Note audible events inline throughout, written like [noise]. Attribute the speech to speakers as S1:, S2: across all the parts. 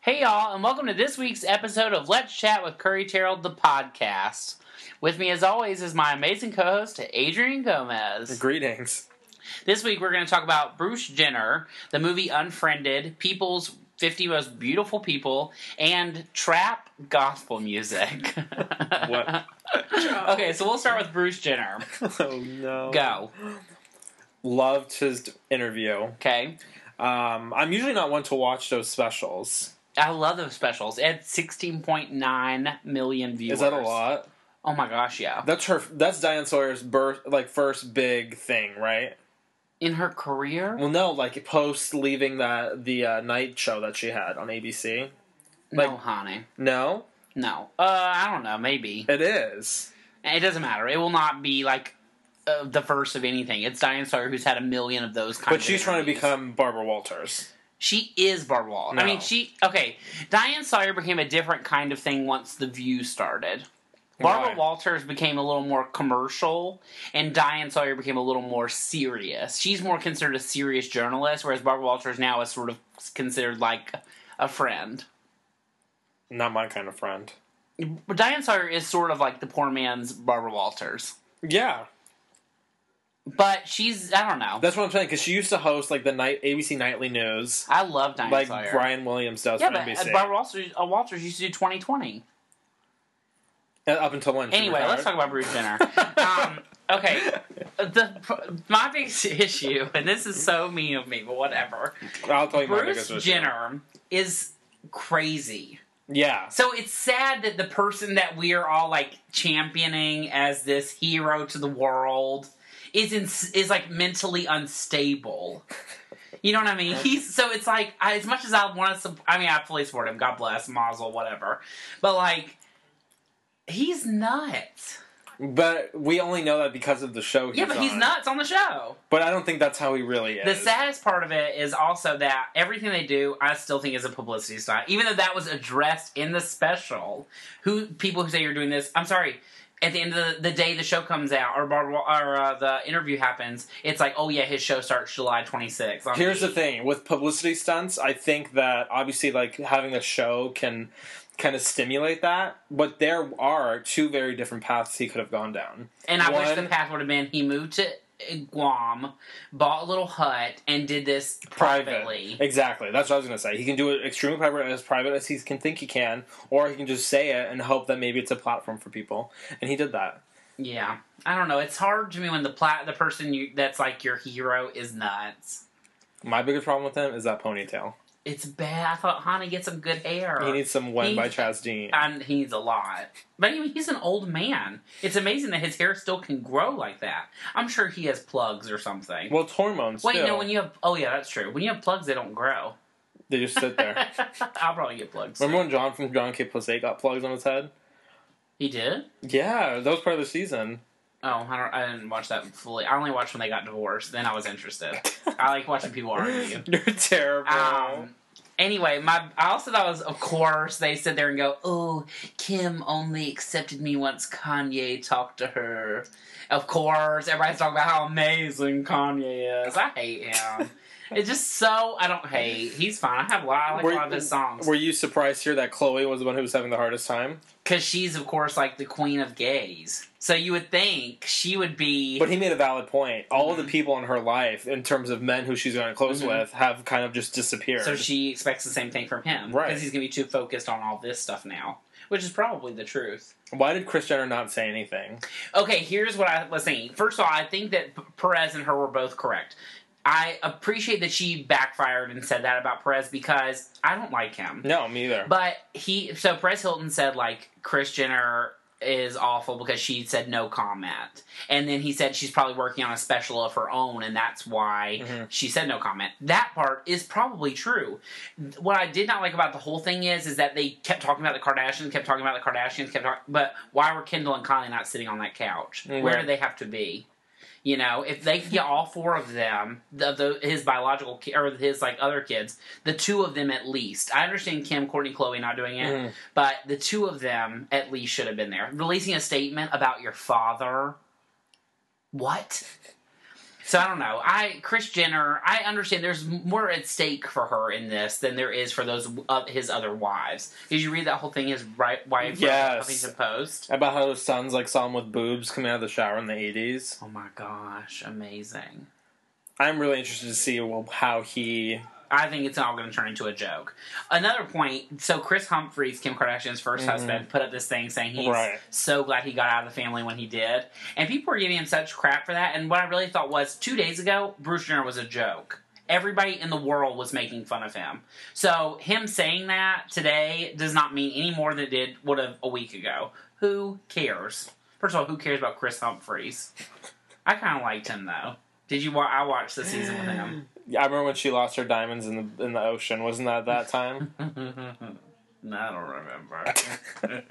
S1: Hey, y'all, and welcome to this week's episode of Let's Chat with Curry Terrell, the podcast. With me, as always, is my amazing co host, Adrian Gomez.
S2: [laughs] Greetings.
S1: This week, we're going to talk about Bruce Jenner, the movie Unfriended, People's 50 Most Beautiful People, and Trap Gospel Music.
S2: [laughs] What?
S1: [laughs]
S2: [laughs]
S1: okay, so we'll start with Bruce Jenner.
S2: oh no.
S1: Go.
S2: Loved his d- interview.
S1: Okay.
S2: Um, I'm usually not one to watch those specials.
S1: I love those specials. It had 16.9 million viewers.
S2: Is that a lot?
S1: Oh my gosh, yeah.
S2: That's her. That's Diane Sawyer's birth, like first big thing, right?
S1: In her career?
S2: Well, no, like post leaving that the uh, night show that she had on ABC.
S1: no,
S2: like-
S1: honey.
S2: No,
S1: No. Uh, I don't know. Maybe.
S2: it is.
S1: It doesn't matter. It will not be like uh, the first of anything. It's Diane Sawyer who's had a million of those. Kinds
S2: But she's
S1: of
S2: trying to
S1: interviews.
S2: become Barbara Walters.
S1: She is Barbara. Wall. I
S2: No.
S1: mean, she. Okay, Diane Sawyer became a different kind of thing once The View started. Barbara
S2: Right.
S1: Walters became a little more commercial, and Diane Sawyer became a little more serious. She's more considered a serious journalist, whereas Barbara Walters now is sort of considered like a friend.
S2: Not my kind of friend.
S1: But Diane Sawyer is sort of like the poor man's Barbara Walters.
S2: Yeah,
S1: But she's, I don't know.
S2: that's what I'm saying. Because she used to host like the night ABC Nightly News,
S1: I love Diane
S2: like
S1: Sawyer.
S2: Brian Williams does
S1: yeah,
S2: for
S1: but
S2: NBC.
S1: uh, Barbara Walters, uh, Walters used to do 2020.
S2: Uh, Up until when? she
S1: Anyway, let's
S2: retired.
S1: talk about Bruce Jenner. um, okay,
S2: [laughs]
S1: the my biggest [laughs] issue, and this is so mean of me, but whatever.
S2: I'll tell you my
S1: Bruce
S2: biggest issue.
S1: Jenner is crazy.
S2: Yeah.
S1: So it's sad that the person that we are all like championing as this hero to the world is in, is like mentally unstable. You know what I mean? He's so it's like I, as much as I want to. I mean, I fully support him. God bless, Mazel, whatever. But like, he's nuts.
S2: But we only know that because of the show.
S1: Yeah, but he's
S2: on.
S1: nuts on the show.
S2: But I don't think that's how he really is.
S1: The saddest part of it is also that everything they do, I still think is a publicity stunt. Even though that was addressed in the special, who people who say you're doing this, I'm sorry. At the end of the, the day the show comes out or Barbara, or uh, the interview happens, it's like, oh yeah, his show starts July 26th. on
S2: Here's the
S1: E!
S2: thing with publicity stunts. I think that obviously, like having a show can kind of stimulate that. But there are two very different paths he could have gone down.
S1: And I wish the
S2: One-
S1: path would have been he moved to Guam, bought a little hut, and did this privately.
S2: Exactly. That's what I was gonna say. He can do it extremely private, as private as he can think he can, or he can just say it and hope that maybe it's a platform for people. And he did that.
S1: Yeah, I don't know. It's hard to me when the plat the person you that's like your hero is nuts.
S2: My biggest problem with him is that ponytail.
S1: It's bad. I thought Hana gets some good hair.
S2: He needs some "When"
S1: He-
S2: by Chaz Dean.
S1: and he needs a lot. But I mean, he's an old man. It's amazing that his hair still can grow like that. I'm sure he has plugs or something.
S2: Well, it's hormones.
S1: Wait,
S2: too.
S1: no, when you have oh yeah, that's true. When you have plugs, they don't grow.
S2: they just
S1: [laughs]
S2: sit there.
S1: I'll probably get plugs.
S2: Remember when John from John K. Plus got plugs on his head?
S1: He did?
S2: Yeah, that was part of the season.
S1: Oh, I, don't, I didn't watch that fully. I only watched when they got divorced. Then I was interested. I like watching people argue.
S2: [laughs] You're terrible.
S1: Um, anyway, my I also thought it was of course they sit there and go, "Oh, Kim only accepted me once Kanye talked to her." Of course, everybody's talking about how amazing Kanye is. I hate
S2: [laughs]
S1: him. it's just so I don't hate. He's fine. I have a lot. I like
S2: Were-
S1: a lot of his songs
S2: Were you surprised here that Chloe was the one who was having the hardest time?
S1: because she's of course like the queen of gays. So you would think she would be.
S2: But he made a valid point. All
S1: Mm-hmm.
S2: of the people in her life, in terms of men who she's gotten close
S1: Mhm.
S2: with, have kind of just disappeared.
S1: so she expects the same thing from him,
S2: Right.
S1: Because he's gonna be too focused on all this stuff now, which is probably the truth.
S2: Why did Chris Jenner not say anything?
S1: Okay, here's what I was saying. First of all, I think that P- Perez and her were both correct. I appreciate that she backfired and said that about Perez because I don't like him.
S2: No, me either.
S1: But he, so Perez Hilton said, like, Chris Jenner is awful because she said no comment. And then he said she's probably working on a special of her own and that's why
S2: Mhm.
S1: she said no comment. That part is probably true. What I did not like about the whole thing is is that they kept talking about the Kardashians, kept talking about the Kardashians, kept talking but why were Kendall and Kylie not sitting on that couch? Where
S2: Right.
S1: do they have to be? You know, if they could get all four of them, the, the his biological ki- or his like other kids, the two of them at least. I understand Kim, Courtney, Chloe not doing it,
S2: Mhm.
S1: but the two of them at least should have been there. Releasing a statement about your father. What? So I don't know. I Chris Jenner. I understand there's more at stake for her in this than there is for those of his other wives. Did you read that whole thing? His right wife,
S2: Yes.
S1: Huffington Post.
S2: About how his sons like saw him with boobs coming out of the shower in the eighties.
S1: Oh my gosh, amazing!
S2: I'm really interested to see well, how he.
S1: I think it's all going to turn into a joke. Another point. So Chris Humphries, Kim Kardashian's 1st husband, put up this thing saying he's
S2: Right.
S1: so glad he got out of the family when he did, and people were giving him such crap for that. And what I really thought was two days ago, Bruce Jenner was a joke. Everybody in the world was making fun of him. So him saying that today does not mean any more than it did would have a week ago. Who cares? First of all, who cares about Chris Humphries? I kind of liked him though. Did you? Wa- I watched the season with him.
S2: Mm. Yeah, I remember when she lost her diamonds in the in the ocean. Wasn't that
S1: [laughs]
S2: that time?
S1: No, I don't remember.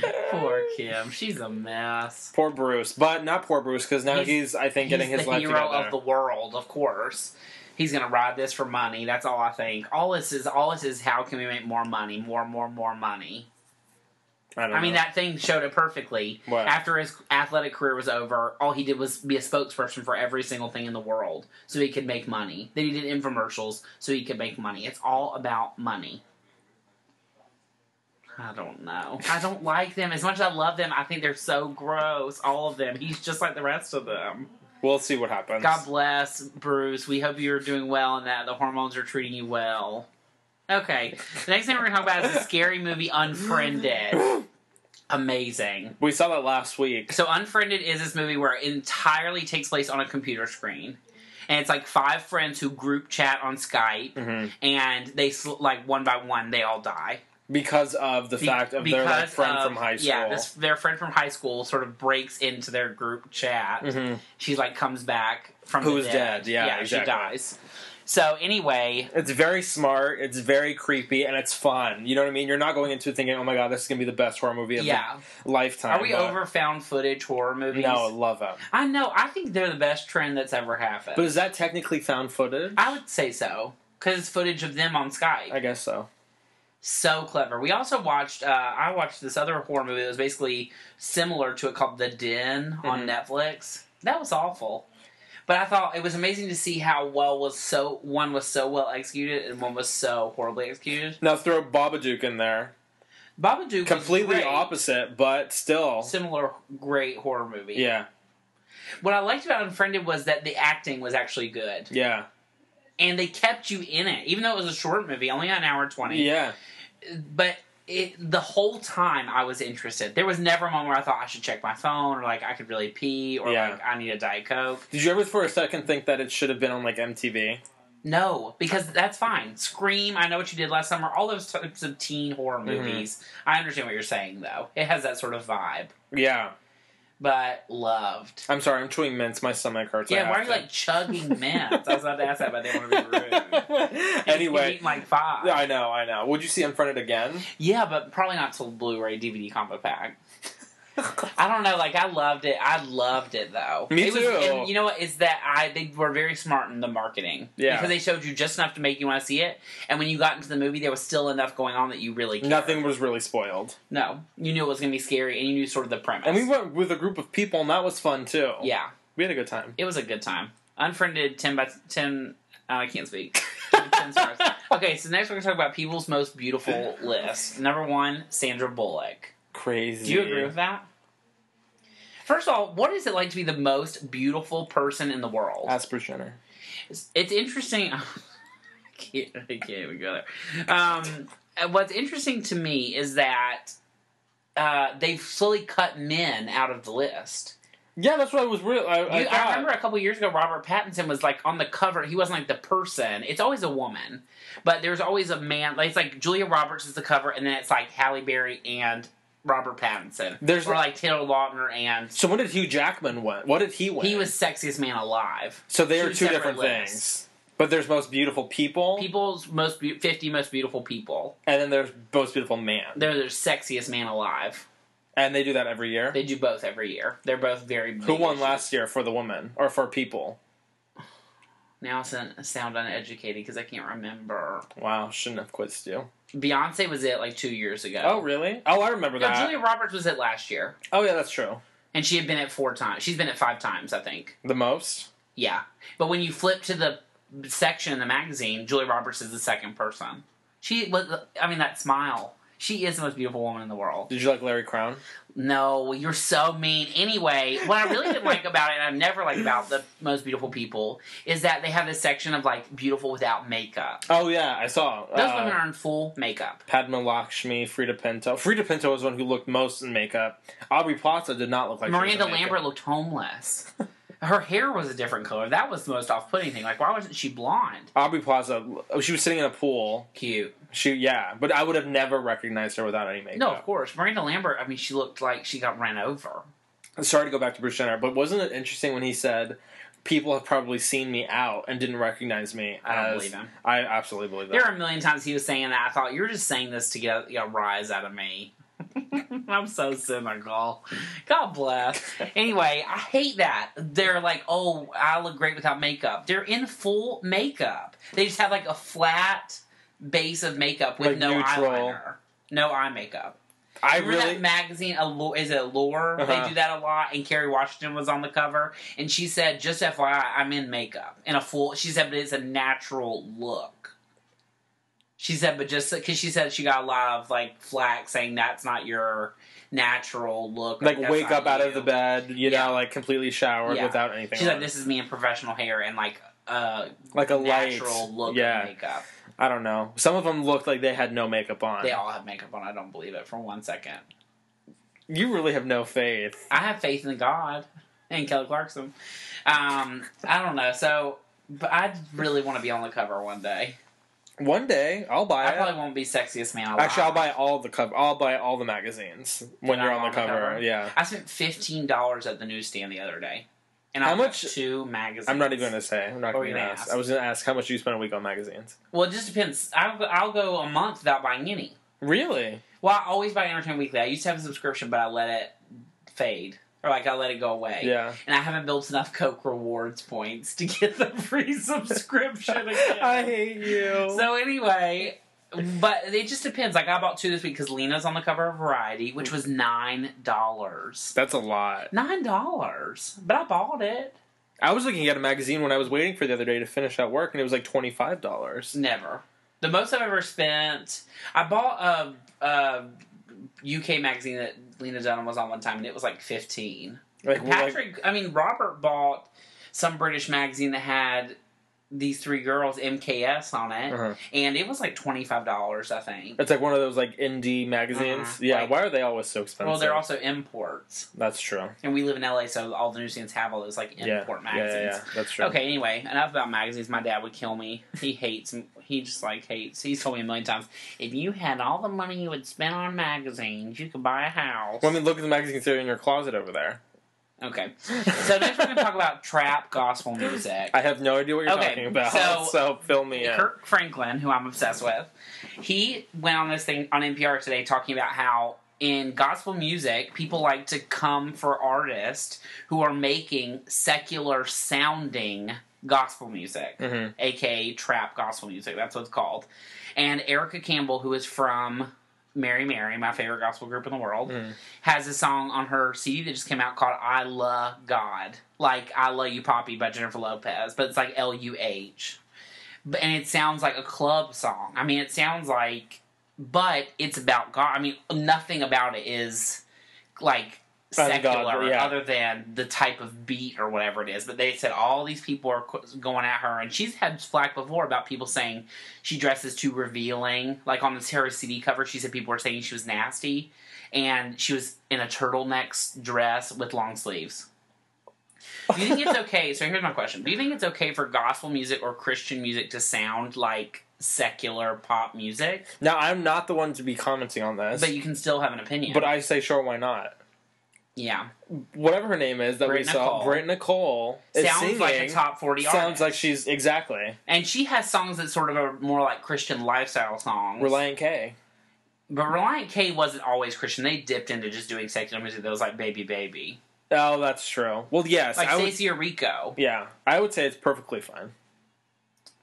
S1: [laughs] Poor Kim, she's a mess.
S2: poor Bruce, but not poor Bruce because now
S1: He's-
S2: he's, I think getting
S1: He's
S2: his
S1: the
S2: life
S1: hero
S2: together.
S1: of the world, of course. He's gonna ride this for money. That's all I think. All this is, all this is, how can we make more money, more, more, more money?
S2: I, don't
S1: I mean,
S2: know.
S1: that thing showed it perfectly.
S2: What?
S1: After his athletic career was over, all he did was be a spokesperson for every single thing in the world, so he could make money. Then he did infomercials, so he could make money. It's all about money. I don't know. I don't like them as much as I love them. I think they're so gross. All of them. He's just like the rest of them.
S2: we'll see what happens.
S1: God bless, Bruce. We hope you're doing well and that the hormones are treating you well. Okay. The next thing we're going to talk about is the scary movie
S2: [gasps]
S1: Unfriended. Amazing.
S2: we saw that last week.
S1: So, Unfriended is this movie where it entirely takes place on a computer screen. And it's like five friends who group chat on Skype,
S2: hmm
S1: and they, sl- like, one by one, they all die.
S2: Because of the
S1: Be-
S2: fact of their like,
S1: because
S2: friend
S1: of-
S2: from high school.
S1: Yeah, this, their friend from high school sort of breaks into their group chat
S2: hmm
S1: she like comes back from
S2: Who's
S1: the dead.
S2: dead, yeah,
S1: she
S2: exactly.
S1: dies. So anyway,
S2: It's very smart. It's very creepy, and it's fun. You know what I mean? You're not going into it thinking, "Oh my god, this is gonna be the best horror movie of
S1: yeah.
S2: the lifetime."
S1: Are we
S2: but-
S1: over found footage horror movies?
S2: No, love it.
S1: I know. I think they're the best trend that's ever happened.
S2: But is that technically found footage?
S1: I would say so because it's footage of them on Skype.
S2: I guess so.
S1: so clever. We also watched. Uh, I watched this other horror movie that was basically similar to it called The Den on
S2: Mhm.
S1: Netflix. That was awful. But I thought it was amazing to see how well was so one was so well executed and one was so horribly executed.
S2: Now throw Babadook in there.
S1: Babadook was
S2: Completely
S1: great.
S2: opposite, but still.
S1: similar great horror movie.
S2: Yeah,
S1: What I liked about Unfriended was that the acting was actually good,
S2: yeah,
S1: and they kept you in it, even though it was a short movie, only an hour twenty.
S2: yeah.
S1: But it, the whole time I was interested. There was never a moment where I thought I should check my phone, or like I could really pee, or
S2: Yeah.
S1: like I need a diet coke.
S2: Did you ever for a second think that it should have been on like MTV?
S1: No, because that's fine. Scream, I know what you did last summer. All those types of teen
S2: Mm-hmm.
S1: horror movies. I understand what you're saying though. It has that sort of vibe,
S2: Yeah.
S1: but loved.
S2: I'm sorry, I'm chewing mints. My stomach hurts. I
S1: Yeah, why are
S2: have
S1: you like [laughs] chugging mints? I was about to ask that, but I didn't want
S2: [laughs]
S1: to be rude.
S2: to.
S1: And
S2: anyway,
S1: you eat like five.
S2: I know, I know. Would you see
S1: [laughs]
S2: Unfriended again?
S1: Yeah, but probably not till Blu-ray DVD combo pack. I don't know. Like I loved it. I loved it though.
S2: Me
S1: it was,
S2: too.
S1: And you know what? Is that I they were very smart in the marketing.
S2: Yeah.
S1: Because they showed you just enough to make you want to see it, and when you got into the movie, there was still enough going on that you really cared.
S2: Nothing was really spoiled.
S1: No, you knew it was going to be scary, and you knew sort of the premise.
S2: And we went with a group of people, and that was fun too.
S1: yeah,
S2: We had a good time.
S1: it was a good time. Unfriended ten by ten. Oh, I can't
S2: [laughs]
S1: speak. Give it 10 stars. okay, so next we're going to talk about people's most beautiful list. Number one, Sandra Bullock.
S2: Crazy.
S1: Do you agree with that? First of all, what is it like to be the most beautiful person in the world?
S2: Ask Bruce Jenner.
S1: It's, it's interesting. [laughs] I can't, I can't even go there. Um, uh, what's interesting to me is that uh, they've slowly cut men out of the list.
S2: Yeah, that's what I was real. I, I
S1: You, I
S2: thought.
S1: remember a couple years ago, Robert Pattinson was like on the cover. He wasn't like the person. It's always a woman, but there's always a man. Like it's like Julia Roberts is the cover, and then it's like Halle Berry and Robert Pattinson.
S2: There's-
S1: or like Taylor Lautner and
S2: So when did Hugh Jackman win? What did he win?
S1: He was sexiest man alive.
S2: So they
S1: two
S2: are two
S1: separate
S2: different
S1: lists.
S2: things. But there's most beautiful people,
S1: People's most be- fifty most beautiful people.
S2: and then there's most beautiful man,
S1: They're the sexiest man alive.
S2: and they do that every year.
S1: They do both every year. They're both very.
S2: Who
S1: big
S2: won
S1: issues.
S2: last year for the woman or for people?
S1: Now I sound sound uneducated because I can't remember.
S2: Wow, shouldn't have quizzed you.
S1: Beyonce was it like two years ago.
S2: Oh really? Oh, I remember
S1: No,
S2: that.
S1: Julia Roberts was it last year,
S2: Oh yeah, that's true.
S1: and she had been at four times. She's been at five times, I think.
S2: The most.
S1: Yeah. But when you flip to the section in the magazine, Julia Roberts is the second person. She was, I mean, that smile. She is the most beautiful woman in the world.
S2: Did you like Larry Crown?
S1: No, you're so mean. Anyway, what I really didn't like about it, and I've never liked about the most beautiful people, is that they have this section of like beautiful without makeup.
S2: Oh yeah, I saw.
S1: Those
S2: uh,
S1: women are in full makeup.
S2: Padma Lakshmi, Frida Pinto. Frida Pinto was the one who looked most in makeup. Aubrey Plaza did not look like she was in
S1: Miranda
S2: makeup.
S1: Lambert looked homeless. Her hair was a different color. That was the most off putting thing. Like, why wasn't she blonde?
S2: Aubrey Plaza, oh, she was sitting in a pool.
S1: Cute.
S2: She, yeah, but I would have never recognized her without any makeup.
S1: No, of course. Miranda Lambert, I mean, she looked like she got ran over.
S2: Sorry to go back to Bruce Jenner, but wasn't it interesting when he said, "People have probably seen me out and didn't recognize me"?
S1: I don't
S2: as-
S1: believe him.
S2: I absolutely believe that.
S1: There are a million times he was saying that. I thought, you're just saying this to get a, get a rise out of me. [laughs] I'm so cynical. God bless. Anyway, I hate that. They're like, oh, I look great without makeup. They're in full makeup. They just have like a flat base of makeup with
S2: Like
S1: no
S2: neutral.
S1: eyeliner, no eye makeup.
S2: I
S1: Remember
S2: really,
S1: that magazine Allure, is it Allure? They
S2: Uh-huh.
S1: do that a lot, and Carrie Washington was on the cover, and she said, "Just FYI, I'm in makeup in a full." She said, "But it's a natural look." She said, "But just because she said she got a lot of like flack saying that's not your natural look,
S2: like
S1: that's
S2: wake
S1: not
S2: up out of
S1: you."
S2: the bed, you
S1: Yeah.
S2: know, like completely showered
S1: Yeah.
S2: without anything.
S1: She's like,
S2: on.
S1: "This is me in professional hair and like uh,
S2: like a light.
S1: natural look
S2: yeah,
S1: of makeup."
S2: I don't know. Some of them looked like they had no makeup on.
S1: They all have makeup on. I don't believe it for one second.
S2: You really have no faith.
S1: I have faith in God and Kelly Clarkson. Um, I don't know. So, but I really want to be on the cover one day.
S2: One day I'll buy
S1: I
S2: it.
S1: probably won't be sexiest man alive.
S2: Actually, I'll buy all the cover. I'll buy all the magazines when
S1: When
S2: you're
S1: I'm
S2: on the cover. Yeah,
S1: I spent fifteen dollars at the newsstand the other day, and I
S2: How
S1: bought
S2: much-
S1: two magazines.
S2: I'm not even gonna say. I'm not
S1: What were
S2: gonna,
S1: you
S2: even
S1: gonna
S2: ask.
S1: ask?
S2: I was gonna ask how much you spend a week on magazines.
S1: Well, it just depends. I'll go, I'll go a month without buying any.
S2: Really?
S1: Well, I always buy Entertainment Weekly. I used to have a subscription, but I let it fade, or like I let it go away.
S2: Yeah.
S1: And I haven't built enough Coke rewards points to get the free [laughs] subscription again.
S2: [laughs] I hate you.
S1: So anyway, but it just depends. Like I bought two this week because Lena's on the cover of Variety, which was nine dollars.
S2: That's a lot.
S1: Nine dollars, but I bought it.
S2: I was looking at a magazine when I was waiting for the other day to finish at work, and it was like twenty five dollars.
S1: Never. The most I've ever spent. I bought a, a UK magazine that Lena Dunham was on one time, and it was like fifteen.
S2: Like, we're like
S1: Patrick, I mean Robert bought some British magazine that had these three girls MKS on it,
S2: Uh-huh.
S1: and it was like twenty five dollars, I think.
S2: it's like one of those like indie magazines.
S1: Uh-huh.
S2: Yeah.
S1: Like-
S2: why are they always so expensive?
S1: Well, they're also imports.
S2: That's true.
S1: And we live in LA, so all the newsstands have all those like
S2: Yeah.
S1: import
S2: yeah, yeah,
S1: magazines.
S2: yeah. That's true.
S1: Okay, anyway, enough about magazines. My dad would kill me. He hates. He just like hates. He's told me a million times. If you had all the money you would spend on magazines, you could buy a house.
S2: Well, I mean, look at the magazines that are in your closet over there.
S1: okay, so next we're gonna talk about trap gospel music.
S2: I have no idea what you're
S1: Okay,
S2: talking about.
S1: so-
S2: [laughs] So, fill me in.
S1: Kirk Franklin, who I'm obsessed with, he went on this thing on NPR today talking about how in gospel music, people like to come for artists who are making secular sounding gospel music,
S2: hmm
S1: aka trap gospel music. That's what it's called. And Erica Campbell, who is from Mary Mary, my favorite gospel group in the world,
S2: Mhm.
S1: has a song on her CD that just came out called I Love God. Like I Love You Poppy by Jennifer Lopez, but it's like L U H. But- And it sounds like a club song. I mean, it sounds like, but it's about God. I mean, nothing about it is like
S2: Ungodly,
S1: secular
S2: yeah.
S1: other than the type of beat or whatever it is. But they said all these people are qu- going at her, and she's had flack before about people saying she dresses too revealing. Like on this Harry CD cover, she said people were saying she was nasty, and she was in a turtleneck dress with long sleeves. Do you think it's okay? So here's my question: Do you think it's okay for gospel music or Christian music to sound like secular pop music,
S2: Now, I'm not the one to be commenting on this,
S1: but you can still have an opinion?
S2: but I say sure, why not?
S1: yeah,
S2: Whatever her name is that
S1: Brit
S2: we saw,
S1: Nicole.
S2: Britt Nicole is
S1: sounds
S2: singing.
S1: like a top forty.
S2: sounds
S1: artist.
S2: like she's exactly
S1: and she has songs that sort of are more like Christian lifestyle songs.
S2: Reliant K.
S1: but Reliant K wasn't always Christian. They dipped into just doing secular music that was like Baby Baby,
S2: Oh, that's true. Well, yes,
S1: like
S2: I would.
S1: Stacey Rico.
S2: Yeah, I would say it's perfectly fine.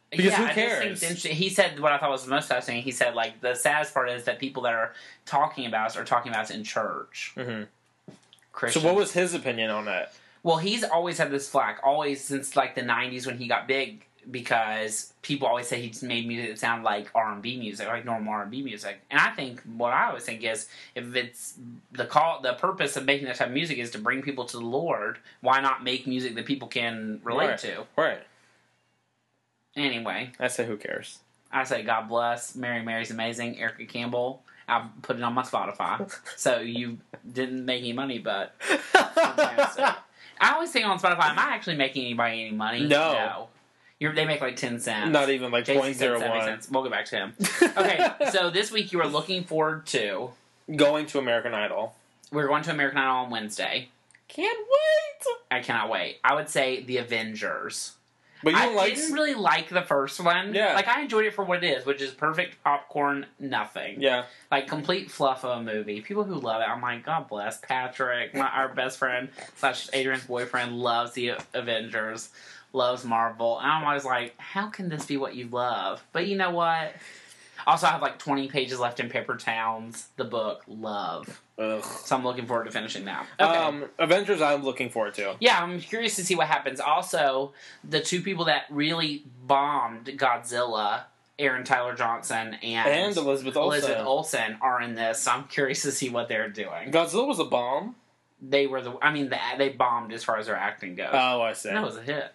S2: Because
S1: yeah,
S2: who
S1: I just think
S2: cares?
S1: it's interesting. He said what I thought was the most fascinating. He said like the saddest part is that people that are talking about us are talking about us in church.
S2: Mhm.
S1: Christian.
S2: So, what was his opinion on it?
S1: Well, he's always had this flack, always since like the '90s when he got big, because people always say he just made music that sound like R&B music, like normal R&B music. And I think what I always think is, if it's the call, the purpose of making that type of music is to bring people to the Lord, why not make music that people can relate
S2: Right.
S1: to?
S2: Right.
S1: Anyway,
S2: I say who cares.
S1: I say God bless Mary. Mary's amazing. Erica Campbell. I put it on my Spotify, so you didn't make any money, but Fantastic. I always think on Spotify, am I actually making anybody any money?
S2: No.
S1: You're, they make like 10 cents.
S2: [laughs] Not even like
S1: Jason
S2: point
S1: said
S2: zero
S1: that makes
S2: one.
S1: sense. We'll get back to him.
S2: [laughs]
S1: Okay, so this week you are looking forward to.
S2: Going to American Idol.
S1: We're going to American Idol on Wednesday.
S2: Can't wait.
S1: I cannot wait. I would say The Avengers.
S2: But you
S1: I
S2: don't like
S1: didn't really like the first one.
S2: Yeah.
S1: Like, I enjoyed it for what it is, which is perfect popcorn, nothing.
S2: Yeah.
S1: Like, complete fluff of a movie. People who love it, I'm like, God bless. Patrick, my, our best friend slash Adrian's boyfriend, loves the Avengers, loves Marvel. And I'm always like, how can this be what you love? But you know what? Also, I have like 20 pages left in Paper Towns, the book, love.
S2: Ugh.
S1: So I'm looking forward to finishing that. Okay.
S2: Um Avengers I'm looking forward to.
S1: Yeah, I'm curious to see what happens. Also, the two people that really bombed Godzilla, Aaron Tyler Johnson and,
S2: And Elizabeth Olsen.
S1: Elizabeth Olsen, are in this. So I'm curious to see what they're doing.
S2: Godzilla was a bomb.
S1: They were the. I mean, the, they bombed as far as their acting goes.
S2: Oh, I see.
S1: no, it was a hit.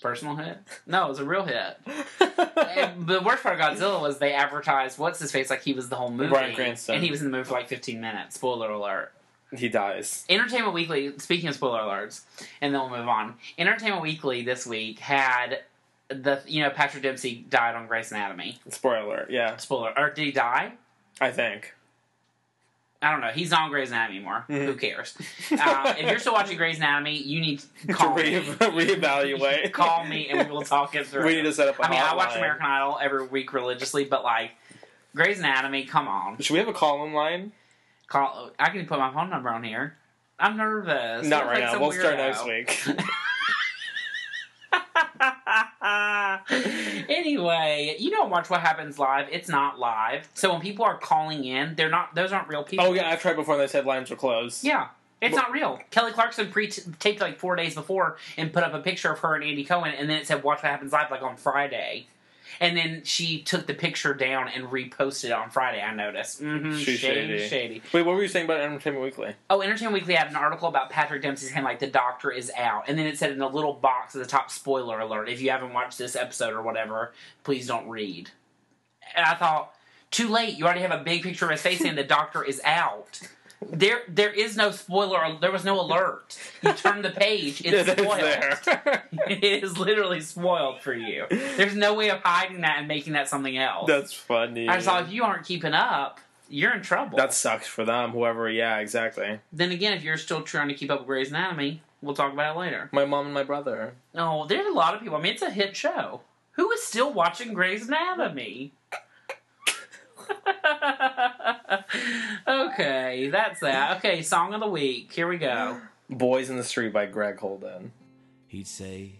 S1: Personal hit? No, it was a real hit. And the worst part of Godzilla was they advertised what's his face like he was the whole movie,
S2: Bryan Cranston.
S1: and he was in the movie for like 15 minutes. Spoiler alert. [laughs]
S2: he dies.
S1: Entertainment Weekly, speaking of spoiler alerts, and then we'll move on. Entertainment Weekly this week had the, you know, Patrick Dempsey died on Grey's Anatomy.
S2: Spoiler alert. Yeah,
S1: Spoiler, or did he die?
S2: I think.
S1: I don't know. He's not on Grey's Anatomy anymore.
S2: Mhm.
S1: Who cares? Uh, if
S2: [laughs]
S1: you're still watching Grey's Anatomy, you need to call
S2: to re-
S1: me.
S2: [laughs] reevaluate.
S1: call me and we will talk
S2: [laughs]
S1: it through.
S2: We need to set up. a
S1: I mean, I watch
S2: hotline.
S1: American Idol every week religiously, but like, Grey's Anatomy, come on.
S2: Should we have a call-in line?
S1: Call. I can put my phone number on here. I'm nervous.
S2: Not
S1: I'm
S2: right
S1: like
S2: now.
S1: some
S2: We'll start
S1: weirdo.
S2: next week.
S1: [laughs] anyway, you don't watch what happens live. It's not live. So when people are calling in, they're not. Those aren't real people.
S2: oh yeah, I've tried before. and They said lines were closed.
S1: yeah. It's not real. Kelly Clarkson pre-taped like four days before and put up a picture of her and Andy Cohen, and then it said "Watch What Happens Live" like on Friday, and then she took the picture down and reposted it on Friday. I noticed. Mm-hmm, shady,
S2: She's
S1: shady,
S2: shady. Wait, what were you saying about Entertainment Weekly?
S1: Oh, Entertainment Weekly had an article about Patrick Dempsey's hand, like the doctor is out, and then it said in a little box at the top, spoiler alert. If you haven't watched this episode or whatever, please don't read. And I thought, too late. You already have a big picture of his face saying the doctor is out. There, there is no spoiler. There was no alert. You turn the page, it's
S2: [laughs] It is
S1: spoiled.
S2: there.
S1: [laughs] It is literally spoiled for you. [laughs] There's no way of hiding that and making that something else.
S2: That's funny.
S1: I just thought if you aren't keeping up, you're in trouble.
S2: that sucks for them. Whoever. Yeah, exactly.
S1: Then again, if you're still trying to keep up with Grey's Anatomy, we'll talk about it later.
S2: My mom and my brother.
S1: Oh, there's a lot of people. I mean, it's a hit show. Who is still watching Grey's Anatomy? [laughs] okay, that's that. Okay, song of the week. Here we go.
S2: Boys in the Street by Greg Holden.
S3: He'd say,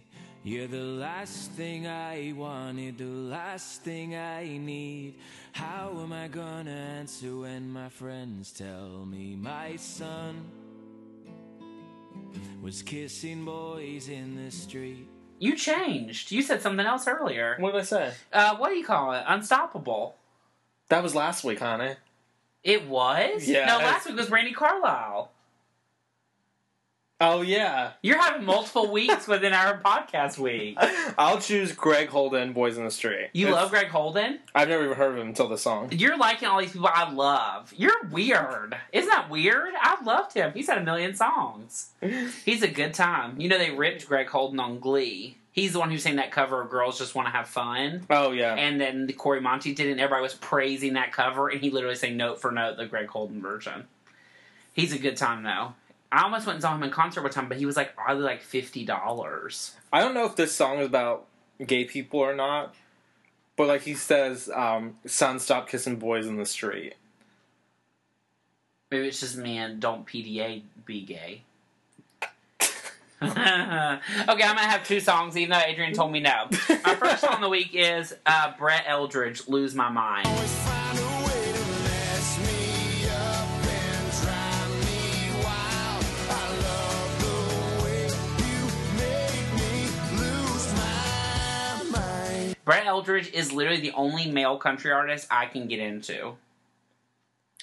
S3: You're the last thing I wanted, the last thing I need. How am I gonna answer when my friends tell me my son was kissing boys in the street?
S1: You changed. You said something else earlier.
S2: What did I say?
S1: Uh, what do you call it? Unstoppable.
S2: That was last week, honey.
S1: It was?
S2: Yeah,
S1: No,
S2: it's-
S1: last week was Randy Carlisle.
S2: Oh yeah. [laughs]
S1: You're having multiple weeks within our [laughs] podcast week.
S2: I'll choose Greg Holden. Boys in the Street.
S1: You
S2: It's-
S1: love Greg Holden?
S2: I've never even heard of him until this song.
S1: You're liking all these people I love. You're weird. Isn't that weird? I loved him. He's had a million songs. He's a good time. You know, they ripped Greg Holden on Glee. He's the one who sang that cover of Girls Just Want to Have Fun.
S2: Oh yeah.
S1: And then the Corey Monte did it, and everybody was praising that cover, and he literally sang note for note the Greg Holden version. He's a good time, though. I almost went and saw him in concert one time, but he was like oddly like $50.
S2: I don't know if this song is about gay people or not, but like he says, um, "Son, stop kissing boys in the street."
S1: Maybe it's just man, don't PDA be gay. okay, I'm gonna have two songs, even though Adrian told me no. Our first song of the week is uh, Brett Eldridge, "Lose My Mind."
S3: Always find a way to mess me up and drive me wild. I love the
S1: Brett Eldridge is literally the only male country artist I can get into.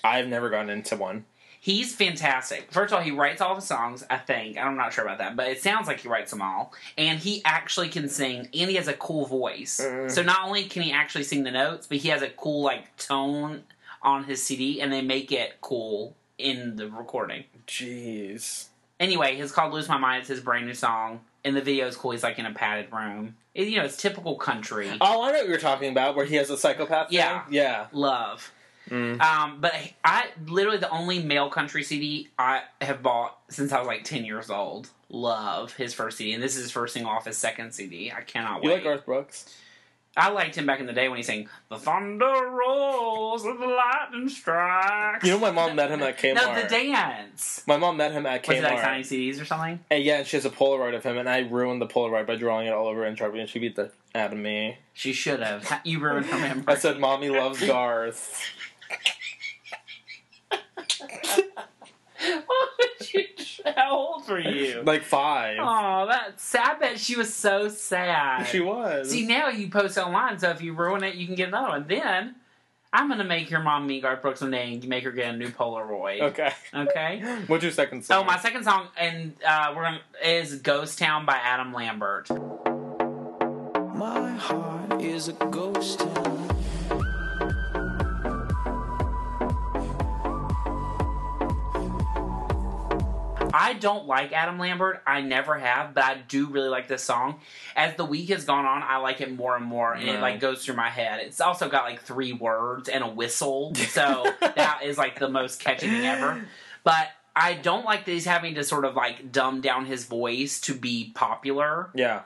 S2: I've never gotten into one.
S1: He's fantastic. First of all, he writes all the songs, I think. I'm not sure about that, but it sounds like he writes them all. And he actually can sing, and he has a cool voice. So not only can he actually sing the notes, but he has a cool, like, tone on his CD, and they make it cool in the recording.
S2: Jeez.
S1: Anyway, it's called Lose My Mind. It's his brand new song. And the video is cool. He's, like, in a padded room. It- you know, it's typical country.
S2: Oh, I know what you're talking about. Where he has a psychopath. thing?
S1: Yeah.
S2: Yeah.
S1: love.
S2: Mm.
S1: Um, but I literally the only male country CD I have bought since I was like ten years old. Love his first CD, and this is his first single off his second CD. I cannot
S2: You
S1: wait.
S2: like Garth Brooks?
S1: I liked him back in the day when he sang "The Thunder Rolls and the Lightning Strikes."
S2: You know, my mom met him at
S1: [laughs]
S2: Kmart.
S1: no, the dance.
S2: My mom met him at
S1: Was it like
S2: Kmart.
S1: signing CDs or something?
S2: And yeah, and she has a Polaroid of him, and I ruined the Polaroid by drawing it all over and Sharpie, and she beat the out of me.
S1: She should have. You ruined her memory.
S2: I said, "Mommy loves Garth."
S1: [laughs] what would you? How old were [laughs] you?
S2: Like five.
S1: Oh, that's. I bet she was so sad.
S2: She was.
S1: See, now you post online, so if you ruin it, you can get another one. Then I'm gonna make your mom meet Garth Brooks someday and make her get a new Polaroid.
S2: okay. [laughs]
S1: Okay?
S2: What's your second song?
S1: Oh, my second song, and uh, we're gonna is "Ghost Town" by Adam Lambert.
S3: My heart is a ghost town.
S1: I don't like Adam Lambert. I never have, but I do really like this song. As the week has gone on, I like it more and more, and it
S2: Right.
S1: like goes through my head. It's also got like three words and a whistle, so that is like the most catchy thing ever. But I don't like that he's having to sort of like dumb down his voice to be popular.
S2: Yeah.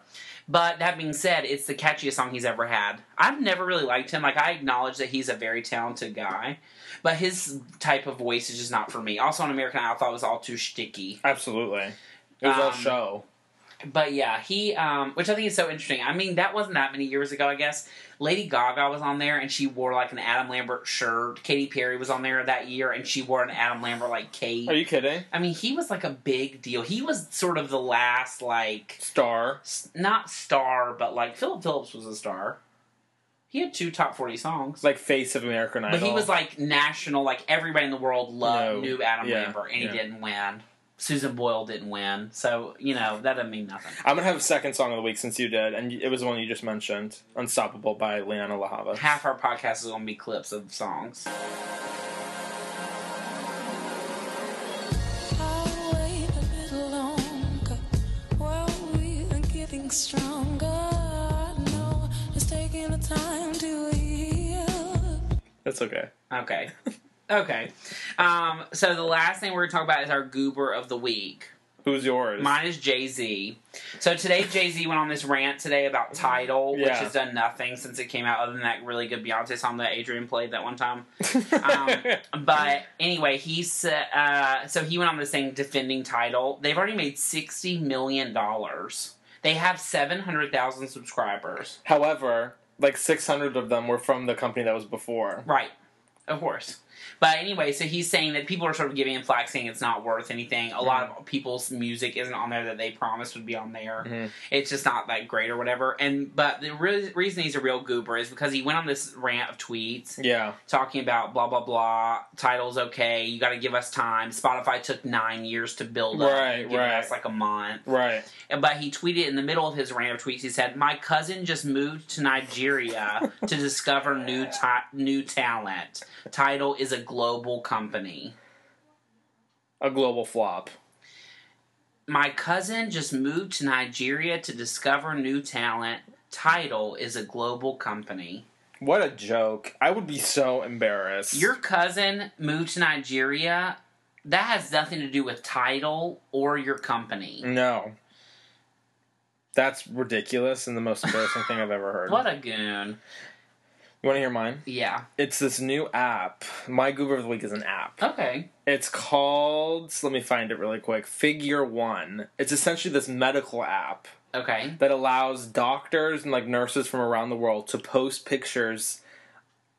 S1: But that being said, it's the catchiest song he's ever had. I've never really liked him. Like I acknowledge that he's a very talented guy, but his type of voice is just not for me. Also, on American Idol, I thought it was all too shticky.
S2: Absolutely. It was all
S1: Um,
S2: show.
S1: But yeah, he, um, which I think is so interesting. I mean, that wasn't that many years ago, I guess. Lady Gaga was on there and she wore like an Adam Lambert shirt. Katy Perry was on there that year and she wore an Adam Lambert like cape.
S2: Are you kidding?
S1: I mean, he was like a big deal. He was sort of the last, like,
S2: Star.
S1: s- not star, but like Philip Phillips was a star. He had two top 40 songs.
S2: Like face of American Idol.
S1: But he was like national, like everybody in the world loved,
S2: No.
S1: knew Adam
S2: Yeah.
S1: Lambert and
S2: Yeah.
S1: he didn't win. Susan Boyle didn't win. So, you know, that doesn't mean nothing.
S2: I'm gonna have a second song of the week since you did, and it was the one you just mentioned, "Unstoppable" by Liana La Hava.
S1: half our podcast is going to be clips of songs.
S4: I'll wait a little longer while we are getting stronger. I know it's taking the time to heal.
S2: That's okay.
S1: Okay. [laughs] Okay. Um, so the last thing we're going to talk about is our goober of the week.
S2: Who's yours?
S1: Mine is Jay Z. So today, Jay Z went on this rant today about Tidal, which
S2: Yeah.
S1: has done nothing since it came out, other than that really good Beyonce song that Adrian played that one time. Um, but anyway, he said, uh, so he went on this thing defending Tidal. They've already made $60 million. They have 700,000 subscribers.
S2: However, like 600 of them were from the company that was before.
S1: Right. Of course. But anyway, so he's saying that people are sort of giving him flack, saying it's not worth anything. A lot
S2: Mm-hmm.
S1: of people's music isn't on there that they promised would be on there.
S2: Mm-hmm.
S1: It's just not that great or whatever. And but the re- reason he's a real goober is because he went on this rant of tweets
S2: Yeah.
S1: talking about blah blah blah. Title's okay. You got to give us time. Spotify took nine years to build up.
S2: Right,
S1: giving
S2: right.
S1: us like a month.
S2: Right.
S1: But he tweeted in the middle of his rant of tweets. He said, "My cousin just moved to Nigeria
S2: [laughs]
S1: to discover new ta- new talent. Title is a global company.
S2: A global flop.
S1: My cousin just moved to Nigeria to discover new talent. Title is a global company.
S2: What a joke. I would be so embarrassed.
S1: Your cousin moved to Nigeria. That has nothing to do with title or your company.
S2: No. That's ridiculous and the most embarrassing thing I've ever
S1: [laughs]
S2: heard.
S1: What a goon.
S2: You want to hear mine?
S1: Yeah.
S2: It's this new app. My Goober of the Week is an app.
S1: Okay.
S2: It's called, let me find it really quick, Figure One. It's essentially this medical app
S1: Okay.
S2: that allows doctors and like nurses from around the world to post pictures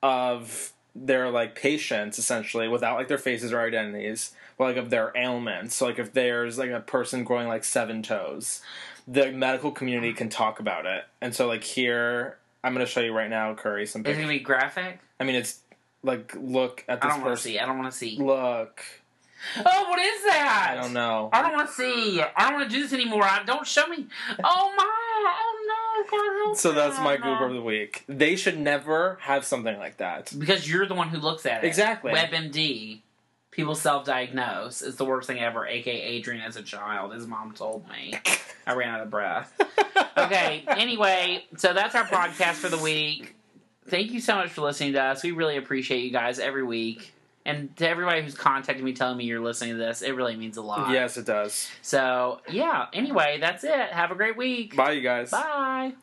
S2: of their like patients essentially without like their faces or identities but like of their ailments so like if there's like a person growing like seven toes the medical community can talk about it and so like here I'm going to show you right now, Curry.
S1: Is
S2: Some
S1: it
S2: pictures.
S1: gonna be graphic?
S2: I mean, it's like look at
S1: Mm-hmm. I don't
S2: this
S1: want to
S2: person.
S1: see. I don't want to see.
S2: Look,
S1: Oh, what is that?
S2: I don't know.
S1: I don't want to see. I don't want to do this anymore. I, don't show me. Oh my! Oh no! God help
S2: So
S1: me.
S2: that's my
S1: Oh, no.
S2: goober of the week. They should never have something like that.
S1: Because you're the one who looks at it.
S2: Exactly.
S1: WebMD. People self-diagnose. It's the worst thing ever. AKA Adrian as a child. His mom told me. I ran out of
S2: [laughs]
S1: breath. Okay. Anyway, so that's our podcast for the week. Thank you so much for listening to us. We really appreciate you guys every week. And to everybody who's contacted me telling me you're listening to this, it really means a lot.
S2: Yes, it does.
S1: So, yeah. Anyway, that's it. Have a great week.
S2: Bye, you guys.
S1: Bye.